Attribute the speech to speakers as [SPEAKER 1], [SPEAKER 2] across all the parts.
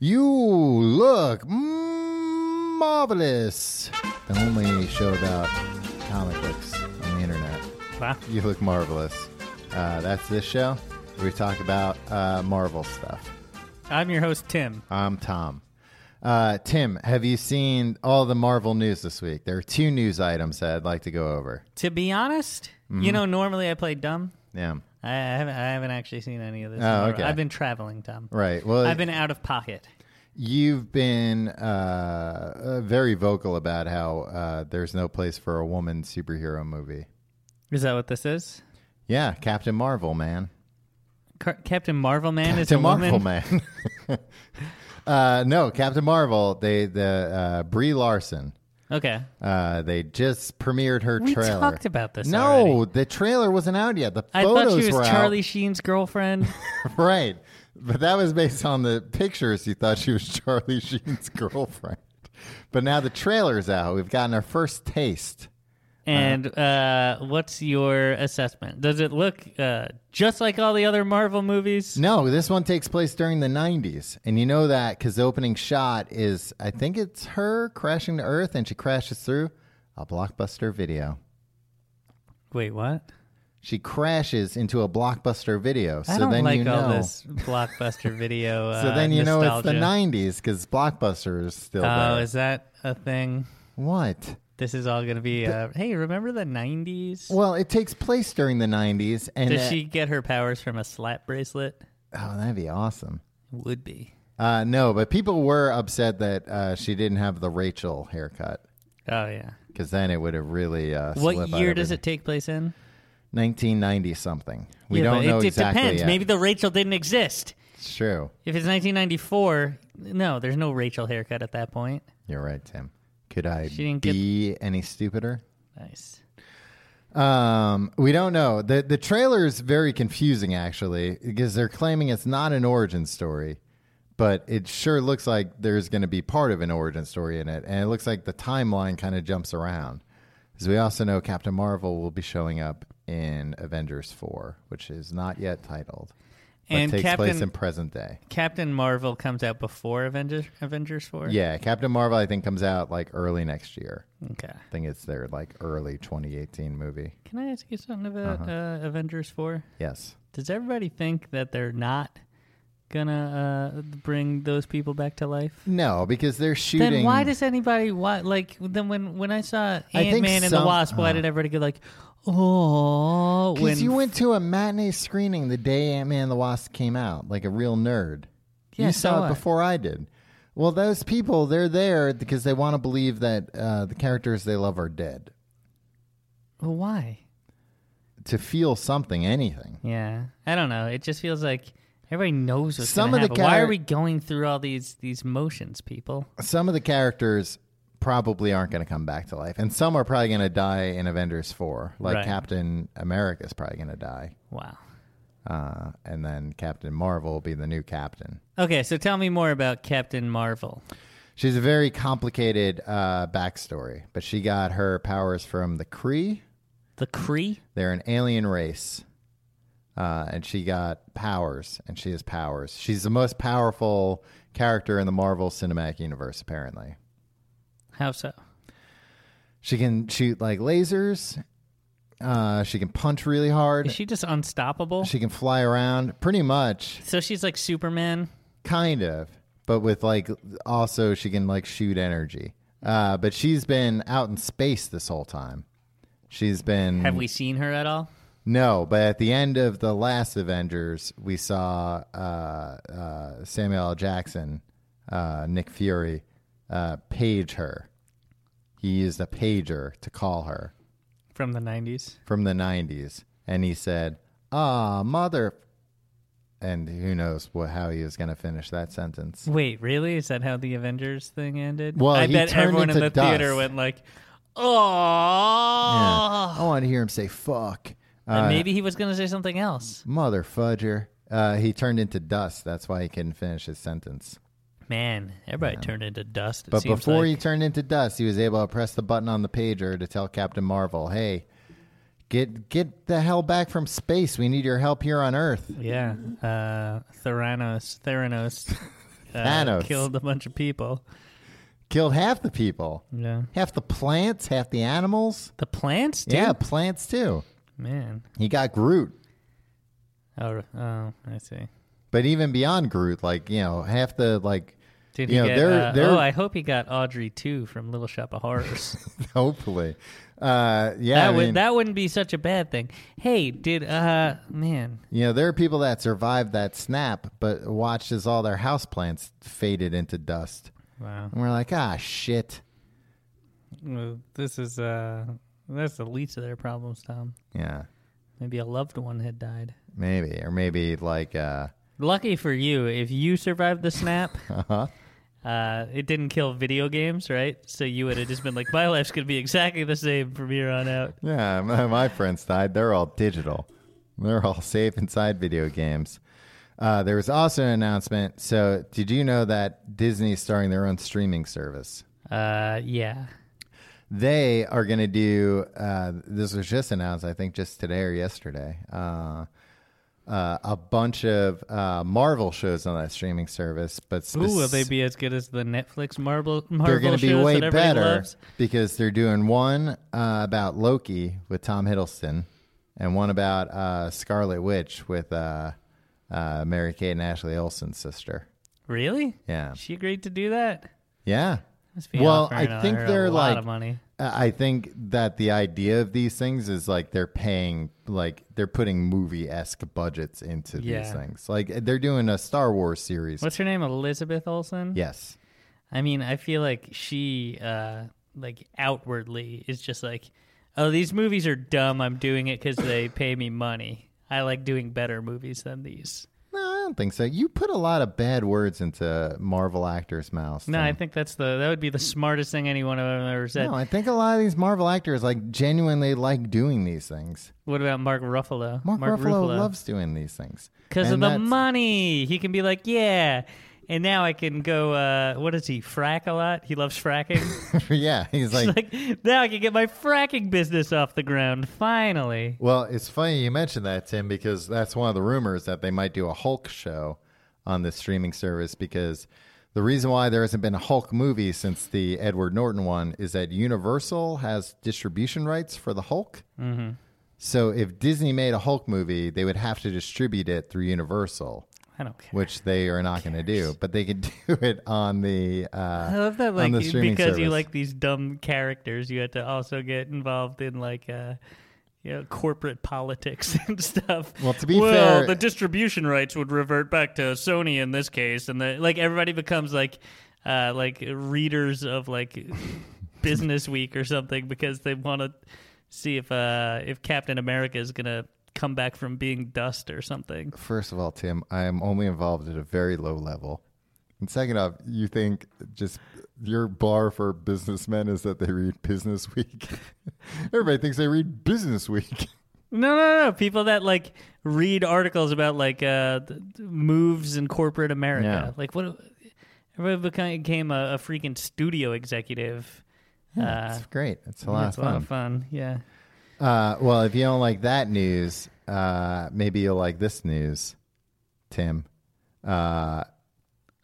[SPEAKER 1] You look marvelous. The only show about comic books on the internet.
[SPEAKER 2] Wow.
[SPEAKER 1] You look marvelous. Uh, that's this show. We talk about uh, Marvel stuff.
[SPEAKER 2] I'm your host, Tim.
[SPEAKER 1] I'm Tom. Uh, Tim, have you seen all the Marvel news this week? There are two news items that I'd like to go over.
[SPEAKER 2] To be honest,
[SPEAKER 1] Mm-hmm.
[SPEAKER 2] you know, normally I play dumb.
[SPEAKER 1] Yeah.
[SPEAKER 2] I I haven't, I haven't actually seen any of this.
[SPEAKER 1] Oh, okay.
[SPEAKER 2] I've been traveling, Tom.
[SPEAKER 1] Right. Well,
[SPEAKER 2] I've been out of pocket.
[SPEAKER 1] You've been uh, uh, very vocal about how uh, there's no place for a woman superhero movie.
[SPEAKER 2] Is that what this is?
[SPEAKER 1] Yeah, Captain Marvel, man.
[SPEAKER 2] Car- Captain Marvel Man is a
[SPEAKER 1] Captain Marvel,
[SPEAKER 2] woman.
[SPEAKER 1] man. uh, no, Captain Marvel. They the uh, Brie Larson.
[SPEAKER 2] Okay.
[SPEAKER 1] Uh, they just premiered her
[SPEAKER 2] We
[SPEAKER 1] trailer.
[SPEAKER 2] talked about this
[SPEAKER 1] no,
[SPEAKER 2] already.
[SPEAKER 1] the trailer wasn't out yet. The
[SPEAKER 2] I
[SPEAKER 1] photos
[SPEAKER 2] thought she
[SPEAKER 1] were
[SPEAKER 2] was
[SPEAKER 1] out.
[SPEAKER 2] Charlie Sheen's girlfriend.
[SPEAKER 1] right. But that was based on the pictures. You thought she was Charlie Sheen's girlfriend. But now the trailer's out. We've gotten our first taste. Uh-huh.
[SPEAKER 2] and uh, what's your assessment? Does it look uh, just like all the other Marvel movies?
[SPEAKER 1] No, this one takes place during the 90s. And you know that because the opening shot is, I think it's her crashing to Earth and she crashes through a blockbuster video.
[SPEAKER 2] Wait, what?
[SPEAKER 1] She crashes into a blockbuster video. So
[SPEAKER 2] I don't
[SPEAKER 1] then
[SPEAKER 2] like
[SPEAKER 1] you know.
[SPEAKER 2] all this blockbuster video.
[SPEAKER 1] so
[SPEAKER 2] uh,
[SPEAKER 1] then you know it's
[SPEAKER 2] nostalgia.
[SPEAKER 1] the 90s because blockbuster is still
[SPEAKER 2] Oh,
[SPEAKER 1] there.
[SPEAKER 2] is that a thing?
[SPEAKER 1] what?
[SPEAKER 2] This is all going to be. Uh, hey, remember the '90s?
[SPEAKER 1] Well, it takes place during the 90s. And
[SPEAKER 2] Does
[SPEAKER 1] uh,
[SPEAKER 2] she get her powers from a slap bracelet?
[SPEAKER 1] Oh, that'd be awesome.
[SPEAKER 2] Would be.
[SPEAKER 1] Uh, no, but people were upset that uh, she didn't have the Rachel haircut
[SPEAKER 2] Oh yeah.
[SPEAKER 1] because then it would have really. Uh,
[SPEAKER 2] What
[SPEAKER 1] slip out
[SPEAKER 2] year does
[SPEAKER 1] everything.
[SPEAKER 2] it take place in?
[SPEAKER 1] 1990 something. We
[SPEAKER 2] Yeah,
[SPEAKER 1] don't
[SPEAKER 2] but
[SPEAKER 1] know
[SPEAKER 2] it,
[SPEAKER 1] exactly.
[SPEAKER 2] It depends.
[SPEAKER 1] yet.
[SPEAKER 2] Maybe the Rachel didn't exist.
[SPEAKER 1] it's true.
[SPEAKER 2] If it's 1994, no, there's no Rachel haircut at that point.
[SPEAKER 1] You're right, Tim. Could I
[SPEAKER 2] She didn't get-
[SPEAKER 1] be any stupider?
[SPEAKER 2] Nice.
[SPEAKER 1] Um, we don't know. the The trailer is very confusing, actually, because they're claiming it's not an origin story, but it sure looks like there's going to be part of an origin story in it, and it looks like the timeline kind of jumps around. As we also know, Captain Marvel will be showing up in Avengers Four, which is not yet titled, but
[SPEAKER 2] And
[SPEAKER 1] takes place
[SPEAKER 2] Captain-
[SPEAKER 1] in present day.
[SPEAKER 2] Captain Marvel comes out before Avengers Avengers 4.
[SPEAKER 1] Yeah, Captain Marvel I think comes out like early next year.
[SPEAKER 2] Okay.
[SPEAKER 1] I think it's their like early 2018 movie.
[SPEAKER 2] Can I ask you something about
[SPEAKER 1] Uh-huh.
[SPEAKER 2] uh, Avengers 4?
[SPEAKER 1] Yes.
[SPEAKER 2] Does everybody think that they're not gonna uh, bring those people back to life?
[SPEAKER 1] No, because they're shooting.
[SPEAKER 2] Then why does anybody why like then when when I saw
[SPEAKER 1] think
[SPEAKER 2] Ant Man and the
[SPEAKER 1] some-
[SPEAKER 2] Wasp, why did everybody go like, oh? When
[SPEAKER 1] Because you went to a matinee screening the day Ant Man and the Wasp came out, like a real nerd.
[SPEAKER 2] Yeah,
[SPEAKER 1] you saw
[SPEAKER 2] so
[SPEAKER 1] it
[SPEAKER 2] what?
[SPEAKER 1] before I did. Well, those people, they're there because they want to believe that uh, the characters they love are dead.
[SPEAKER 2] Well, why?
[SPEAKER 1] To feel something, anything.
[SPEAKER 2] Yeah, I don't know. It just feels like everybody knows what's
[SPEAKER 1] Some
[SPEAKER 2] gonna
[SPEAKER 1] of the
[SPEAKER 2] happen. Why
[SPEAKER 1] char-
[SPEAKER 2] are we going through all these these motions, people?
[SPEAKER 1] Some of the characters probably aren't going to come back to life, and some are probably going to die in Avengers 4. Like
[SPEAKER 2] Right.
[SPEAKER 1] Captain America is probably going to die.
[SPEAKER 2] Wow.
[SPEAKER 1] Uh, and then Captain Marvel will be the new captain.
[SPEAKER 2] Okay, so tell me more about Captain Marvel.
[SPEAKER 1] She's a very complicated uh, backstory, but she got her powers from the Kree.
[SPEAKER 2] The Kree.
[SPEAKER 1] They're an alien race, uh, and she got powers, and she has powers. She's the most powerful character in the Marvel Cinematic Universe, apparently.
[SPEAKER 2] How so?
[SPEAKER 1] She can shoot like lasers. Uh, she can punch really hard.
[SPEAKER 2] Is she just unstoppable?
[SPEAKER 1] she can fly around, pretty much,
[SPEAKER 2] so she's like Superman.
[SPEAKER 1] kind of, but with like also she can like shoot energy. Uh, but she's been out in space this whole time. She's been
[SPEAKER 2] Have we seen her at all?
[SPEAKER 1] No, but at the end of the last Avengers, we saw uh, uh, Samuel L. Jackson, uh, Nick Fury, uh, page her. He used a pager to call her
[SPEAKER 2] From the nineties.
[SPEAKER 1] from the 90s, and he said, Ah, mother. And who knows what, how he was going to finish that sentence.
[SPEAKER 2] Wait, really? Is that how the Avengers thing ended?
[SPEAKER 1] Well,
[SPEAKER 2] I
[SPEAKER 1] he
[SPEAKER 2] bet
[SPEAKER 1] turned
[SPEAKER 2] everyone in
[SPEAKER 1] into
[SPEAKER 2] the theater
[SPEAKER 1] dust.
[SPEAKER 2] went like,
[SPEAKER 1] Yeah.
[SPEAKER 2] "Oh!"
[SPEAKER 1] I want to hear him say, Fuck. Uh,
[SPEAKER 2] and maybe he was going to say something else.
[SPEAKER 1] Mother fudger. Uh, he turned into dust. That's why he couldn't finish his sentence.
[SPEAKER 2] Man, everybody turned into dust. It
[SPEAKER 1] But
[SPEAKER 2] seems
[SPEAKER 1] before
[SPEAKER 2] like.
[SPEAKER 1] he turned into dust, he was able to press the button on the pager to tell Captain Marvel, "Hey, get get the hell back from space. We need your help here on Earth."
[SPEAKER 2] yeah, uh, Theranos, Theranos, uh,
[SPEAKER 1] Thanos.
[SPEAKER 2] killed a bunch of people.
[SPEAKER 1] Killed half the people,
[SPEAKER 2] Yeah,
[SPEAKER 1] half the plants, half the animals.
[SPEAKER 2] the plants. Dude?
[SPEAKER 1] Yeah, plants too.
[SPEAKER 2] man.
[SPEAKER 1] He got Groot.
[SPEAKER 2] Oh, oh, I see.
[SPEAKER 1] But even beyond Groot, like you know, half the like,
[SPEAKER 2] Did
[SPEAKER 1] You
[SPEAKER 2] he
[SPEAKER 1] know,
[SPEAKER 2] get?
[SPEAKER 1] they're-
[SPEAKER 2] uh,
[SPEAKER 1] they're-
[SPEAKER 2] oh, I hope he got Audrey too from Little Shop of Horrors.
[SPEAKER 1] hopefully, uh, yeah,
[SPEAKER 2] that
[SPEAKER 1] I
[SPEAKER 2] would
[SPEAKER 1] mean,
[SPEAKER 2] that wouldn't be such a bad thing. Hey, did uh man?
[SPEAKER 1] you know, there are people that survived that snap, but watched as all their houseplants faded into dust,
[SPEAKER 2] Wow,
[SPEAKER 1] and we're like, ah, shit.
[SPEAKER 2] Well, this is uh that's the least of their problems, Tom.
[SPEAKER 1] Yeah,
[SPEAKER 2] Maybe a loved one had died.
[SPEAKER 1] maybe, or maybe like, uh,
[SPEAKER 2] Lucky for you, if you survived the snap,
[SPEAKER 1] uh-huh.
[SPEAKER 2] uh, it didn't kill video games, right? So you would have just been like, my life's gonna be exactly the same from here on out.
[SPEAKER 1] yeah, my, my friends died. They're all digital. They're all safe inside video games. Uh, there was also an announcement. So, did you know that Disney is starting their own streaming service?
[SPEAKER 2] Uh, yeah.
[SPEAKER 1] they are going to do uh, this was just announced i think just today or yesterday uh, uh, a bunch of uh, marvel shows on that streaming service but spec-
[SPEAKER 2] Ooh, will they be as good as the Netflix Marvel
[SPEAKER 1] they're
[SPEAKER 2] Marvel
[SPEAKER 1] gonna be
[SPEAKER 2] shows
[SPEAKER 1] way
[SPEAKER 2] that everybody
[SPEAKER 1] better
[SPEAKER 2] loves?
[SPEAKER 1] because they're doing one uh, about loki with tom hiddleston and one about uh, scarlet witch with uh, uh, mary kate and ashley olsen's sister
[SPEAKER 2] Really?
[SPEAKER 1] yeah
[SPEAKER 2] She agreed to do that.
[SPEAKER 1] yeah
[SPEAKER 2] Must be
[SPEAKER 1] Well,
[SPEAKER 2] offering
[SPEAKER 1] I think
[SPEAKER 2] her
[SPEAKER 1] they're
[SPEAKER 2] a lot
[SPEAKER 1] like-
[SPEAKER 2] of money.
[SPEAKER 1] I I think that the idea of these things is like they're paying, like they're putting movie esque budgets into these
[SPEAKER 2] Yeah.
[SPEAKER 1] things. Like they're doing a Star Wars series.
[SPEAKER 2] What's her name? Elizabeth Olsen.
[SPEAKER 1] Yes.
[SPEAKER 2] I mean, I feel like she, uh, like outwardly, is just like, oh, these movies are dumb. I'm doing it because they pay me money. I like doing better movies than these.
[SPEAKER 1] No, I don't think so. You put a lot of bad words into Marvel actors' mouths.
[SPEAKER 2] No, I
[SPEAKER 1] and-
[SPEAKER 2] think that's the that would be the smartest thing anyone have ever said.
[SPEAKER 1] no, I think a lot of these Marvel actors like genuinely like doing these things.
[SPEAKER 2] what about Mark Ruffalo?
[SPEAKER 1] Mark, Ruffalo, loves doing these things
[SPEAKER 2] because of
[SPEAKER 1] And
[SPEAKER 2] the
[SPEAKER 1] that's-
[SPEAKER 2] money. He can be like, yeah, and now I can go. Uh, what is he? Frack a lot. He loves fracking.
[SPEAKER 1] yeah, he's
[SPEAKER 2] It's
[SPEAKER 1] like,
[SPEAKER 2] like now I can get my fracking business off the ground finally.
[SPEAKER 1] Well, it's funny you mentioned that, Tim, because that's one of the rumors that they might do a Hulk show on the streaming service. Because the reason why there hasn't been a Hulk movie since the Edward Norton one is that Universal has distribution rights for the Hulk. Mm-hmm. So if Disney made a Hulk movie, they would have to distribute it through Universal,
[SPEAKER 2] I don't care.
[SPEAKER 1] which they are not going to do. But they could do it on the. Uh,
[SPEAKER 2] I love that,
[SPEAKER 1] on
[SPEAKER 2] like,
[SPEAKER 1] the
[SPEAKER 2] because
[SPEAKER 1] streaming
[SPEAKER 2] you
[SPEAKER 1] service.
[SPEAKER 2] like these dumb characters, you had to also get involved in like, uh, you know, corporate politics and stuff.
[SPEAKER 1] Well, to be
[SPEAKER 2] well,
[SPEAKER 1] fair-
[SPEAKER 2] the distribution rights would revert back to Sony in this case, and the, like everybody becomes like, uh, like readers of like Business Week or something because they want to see if uh, if Captain America is gonna come back from being dust or something.
[SPEAKER 1] First of all, Tim, I am only involved at a very low level. And second off, you think just your bar for businessmen is that they read Business Week. Everybody thinks they read Business Week.
[SPEAKER 2] No, no, no. People that like read articles about like uh, th- th- moves in corporate America.
[SPEAKER 1] Yeah.
[SPEAKER 2] Like what? Everybody became- became a, a freaking studio executive. uh,
[SPEAKER 1] That's great. It's a lot
[SPEAKER 2] that's
[SPEAKER 1] of fun.
[SPEAKER 2] fun. Yeah.
[SPEAKER 1] Uh, well, if you don't like that news, uh, maybe you'll like this news, Tim. Uh,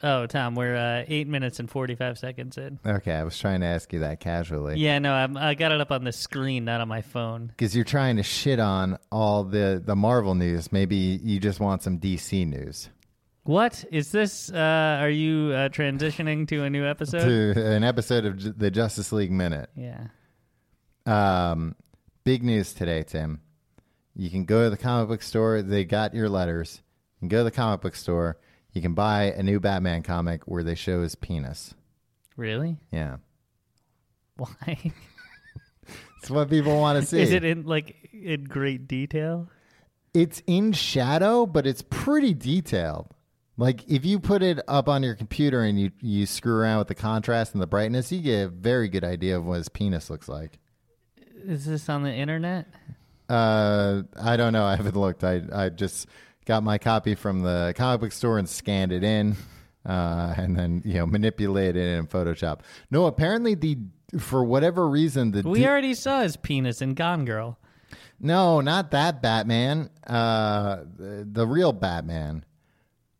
[SPEAKER 2] Oh, Tom, we're uh, eight minutes and forty-five seconds in.
[SPEAKER 1] okay, I was trying to ask you that casually.
[SPEAKER 2] Yeah, no, I'm, I got it up on the screen, not on my phone.
[SPEAKER 1] Because you're trying to shit on all the, the Marvel news. Maybe you just want some DC news.
[SPEAKER 2] What is this? Uh, are you uh, transitioning to a new episode?
[SPEAKER 1] to an episode of Ju- the Justice League Minute.
[SPEAKER 2] Yeah.
[SPEAKER 1] Um, big news today, Tim. You can go to the comic book store. They got your letters. You can go to the comic book store. You can buy a new Batman comic where they show his penis.
[SPEAKER 2] Really?
[SPEAKER 1] Yeah.
[SPEAKER 2] Why?
[SPEAKER 1] It's what people want to see.
[SPEAKER 2] is it in like in great detail?
[SPEAKER 1] it's in shadow, but it's pretty detailed. Like if you put it up on your computer and you, you screw around with the contrast and the brightness, you get a very good idea of what his penis looks like.
[SPEAKER 2] Is this on the internet?
[SPEAKER 1] Uh, I don't know. I haven't looked. I I just got my copy from the comic book store and scanned it in, uh, and then you know manipulated it in Photoshop. No, apparently the for whatever reason the
[SPEAKER 2] We
[SPEAKER 1] D-
[SPEAKER 2] already saw his penis in Gone Girl.
[SPEAKER 1] no, not that Batman. Uh, the, the real Batman.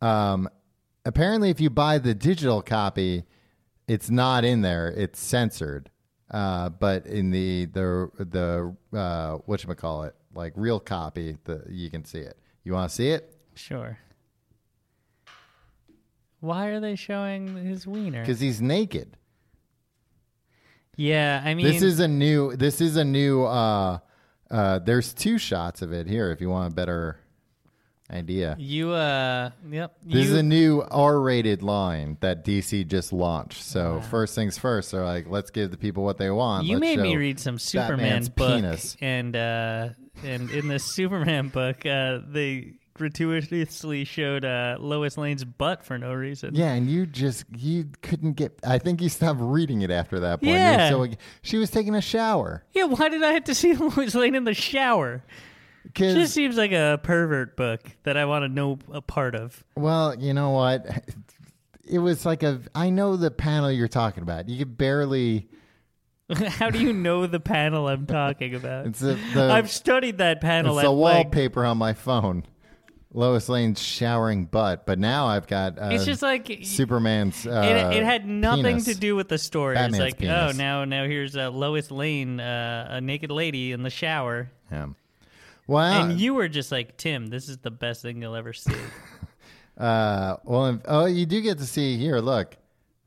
[SPEAKER 1] Um, apparently, if you buy the digital copy, it's not in there; it's censored. Uh, but in the the the uh, what you call it, like real copy, the, you can see it. You want to see it?
[SPEAKER 2] Sure. Why are they showing his wiener?
[SPEAKER 1] Because he's naked.
[SPEAKER 2] Yeah, I mean,
[SPEAKER 1] this is a new. This is a new. Uh, uh, there's two shots of it here. If you want a better idea,
[SPEAKER 2] you. Uh, yep.
[SPEAKER 1] this
[SPEAKER 2] you-
[SPEAKER 1] is a new R-rated line that DC just launched. So first things first, they're like, let's give the people what they want.
[SPEAKER 2] You
[SPEAKER 1] Let's
[SPEAKER 2] made me
[SPEAKER 1] show-
[SPEAKER 2] read some Superman
[SPEAKER 1] Batman's
[SPEAKER 2] book,
[SPEAKER 1] penis.
[SPEAKER 2] and uh, and in this Superman book, uh, they gratuitously showed uh, Lois Lane's butt for no reason.
[SPEAKER 1] Yeah, and you just you couldn't get. I think you stopped reading it after that point. You were
[SPEAKER 2] Yeah.
[SPEAKER 1] so ag- she was taking a shower.
[SPEAKER 2] Yeah, why did I have to see Lois Lane in the shower? It just
[SPEAKER 1] Because
[SPEAKER 2] seems like a pervert book that I want to know a part of.
[SPEAKER 1] well, you know what? It was like a. I know the panel you're talking about. You could barely.
[SPEAKER 2] How do you know the panel I'm talking about?
[SPEAKER 1] It's the, the
[SPEAKER 2] I've studied that panel.
[SPEAKER 1] It's
[SPEAKER 2] at,
[SPEAKER 1] a
[SPEAKER 2] like-
[SPEAKER 1] wallpaper on my phone. Lois Lane's showering butt, but now I've got uh,
[SPEAKER 2] it's just like
[SPEAKER 1] Superman's. Uh,
[SPEAKER 2] it, it had nothing
[SPEAKER 1] penis.
[SPEAKER 2] to do with the story.
[SPEAKER 1] Batman's
[SPEAKER 2] it's like,
[SPEAKER 1] penis.
[SPEAKER 2] oh, now now here's uh, Lois Lane, uh, a naked lady in the shower,
[SPEAKER 1] Yeah. Wow.
[SPEAKER 2] and you were just like, Tim, this is the best thing you'll ever see.
[SPEAKER 1] uh, well, if- oh, you do get to see here. Look,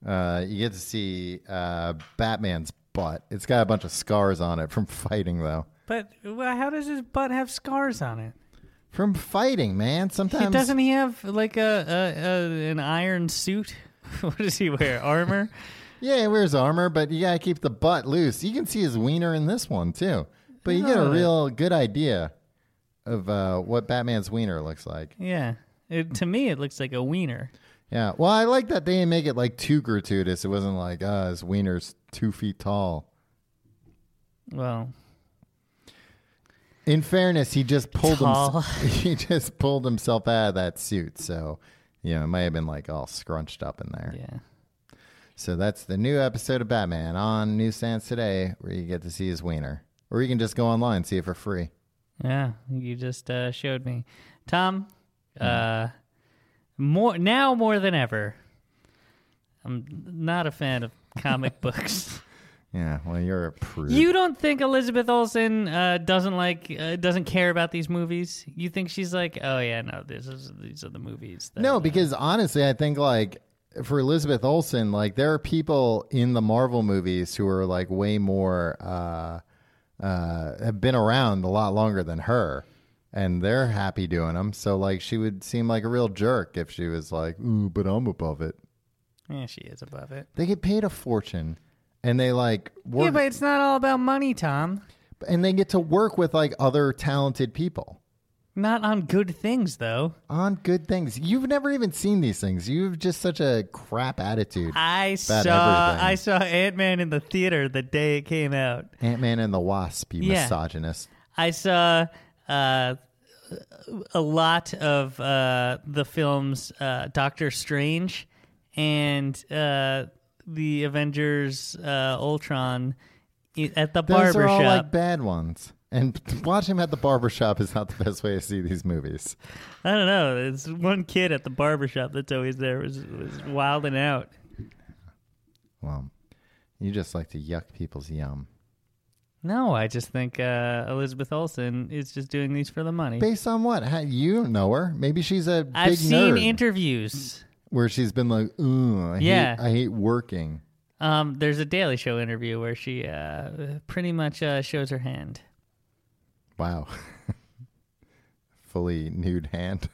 [SPEAKER 1] uh, you get to see uh, Batman's butt. It's got a bunch of scars on it from fighting, though.
[SPEAKER 2] but well, how does his butt have scars on it?
[SPEAKER 1] From fighting, man. Sometimes
[SPEAKER 2] It doesn't he have like a, a, a an iron suit? what does he wear? Armor?
[SPEAKER 1] Yeah, he wears armor, but you gotta keep the butt loose. You can see his wiener in this one too, but you get a
[SPEAKER 2] Oh.
[SPEAKER 1] real good idea of uh, what Batman's wiener looks like.
[SPEAKER 2] yeah. It, to me, it looks like a wiener.
[SPEAKER 1] Yeah, well, I like that they didn't make it like too gratuitous. It wasn't like, ah, his wiener's two feet tall.
[SPEAKER 2] Well,
[SPEAKER 1] In fairness, he just pulled
[SPEAKER 2] Tall.
[SPEAKER 1] himself. He just pulled himself out of that suit, so you know it might have been like all scrunched up in there.
[SPEAKER 2] yeah.
[SPEAKER 1] So that's the new episode of Batman on newsstands today, where you get to see his wiener, or you can just go online and see it for free.
[SPEAKER 2] Yeah, you just uh, showed me, Tom.
[SPEAKER 1] Mm-hmm.
[SPEAKER 2] Uh, more now more than ever. I'm not a fan of comic books.
[SPEAKER 1] Yeah, well, you're a prude.
[SPEAKER 2] You don't think Elizabeth Olsen uh, doesn't like uh, doesn't care about these movies? You think she's like, oh yeah, no, this is these are the movies. That,
[SPEAKER 1] no, because honestly, I think like for Elizabeth Olsen, like there are people in the Marvel movies who are like way more uh, uh, have been around a lot longer than her, and they're happy doing them. So like she would seem like a real jerk if she was like, "Ooh, but I'm above it."
[SPEAKER 2] yeah, eh, she is above it.
[SPEAKER 1] They get paid a fortune, and they like
[SPEAKER 2] Yeah,
[SPEAKER 1] work,
[SPEAKER 2] but it's not all about money, Tom.
[SPEAKER 1] and they get to work with like other talented people.
[SPEAKER 2] Not on good things though.
[SPEAKER 1] On good things. You've never even seen these things. You've just such a crap attitude.
[SPEAKER 2] I
[SPEAKER 1] About
[SPEAKER 2] saw
[SPEAKER 1] everything.
[SPEAKER 2] I saw Ant Man in the theater the day it came out.
[SPEAKER 1] Ant Man and the Wasp, you
[SPEAKER 2] Yeah.
[SPEAKER 1] misogynist.
[SPEAKER 2] I saw uh, a lot of uh, the films uh, Doctor Strange and uh, the Avengers uh, Ultron i- at the
[SPEAKER 1] Those
[SPEAKER 2] barber
[SPEAKER 1] are all
[SPEAKER 2] shop.
[SPEAKER 1] like bad ones. And watching at the barbershop is not the best way to see these movies.
[SPEAKER 2] I don't know. It's one kid at the barber shop that's always there was was wilding out.
[SPEAKER 1] Well, you just like to yuck people's yum.
[SPEAKER 2] No, I just think uh, Elizabeth Olsen is just doing these for the money.
[SPEAKER 1] Based on what? How, you don't know her. Maybe she's a big
[SPEAKER 2] I've seen
[SPEAKER 1] nerd
[SPEAKER 2] interviews.
[SPEAKER 1] where she's been like, ooh, I,
[SPEAKER 2] Yeah.
[SPEAKER 1] hate, I hate working.
[SPEAKER 2] Um, there's a Daily Show interview where she uh, pretty much uh, shows her hand.
[SPEAKER 1] Wow. Fully nude hand.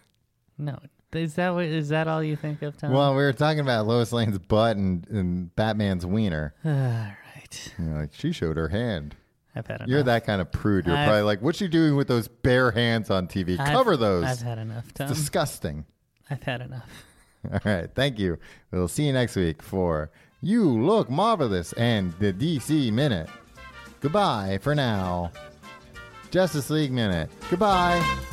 [SPEAKER 2] No, is that what, is that all you think of, Tom?
[SPEAKER 1] Well, we were talking about Lois Lane's butt and, and Batman's wiener.
[SPEAKER 2] all right,
[SPEAKER 1] You're like, she showed her hand.
[SPEAKER 2] I've had enough.
[SPEAKER 1] You're that kind of prude. You're
[SPEAKER 2] Uh, I've-
[SPEAKER 1] probably like, what's she doing with those bare hands on TV?
[SPEAKER 2] I've-
[SPEAKER 1] Cover those.
[SPEAKER 2] I've had enough, Tom.
[SPEAKER 1] Disgusting.
[SPEAKER 2] I've had enough.
[SPEAKER 1] All right. Thank you. We'll see you next week for You Look Marvelous and the DC Minute. Goodbye for now. Justice League Minute. Goodbye.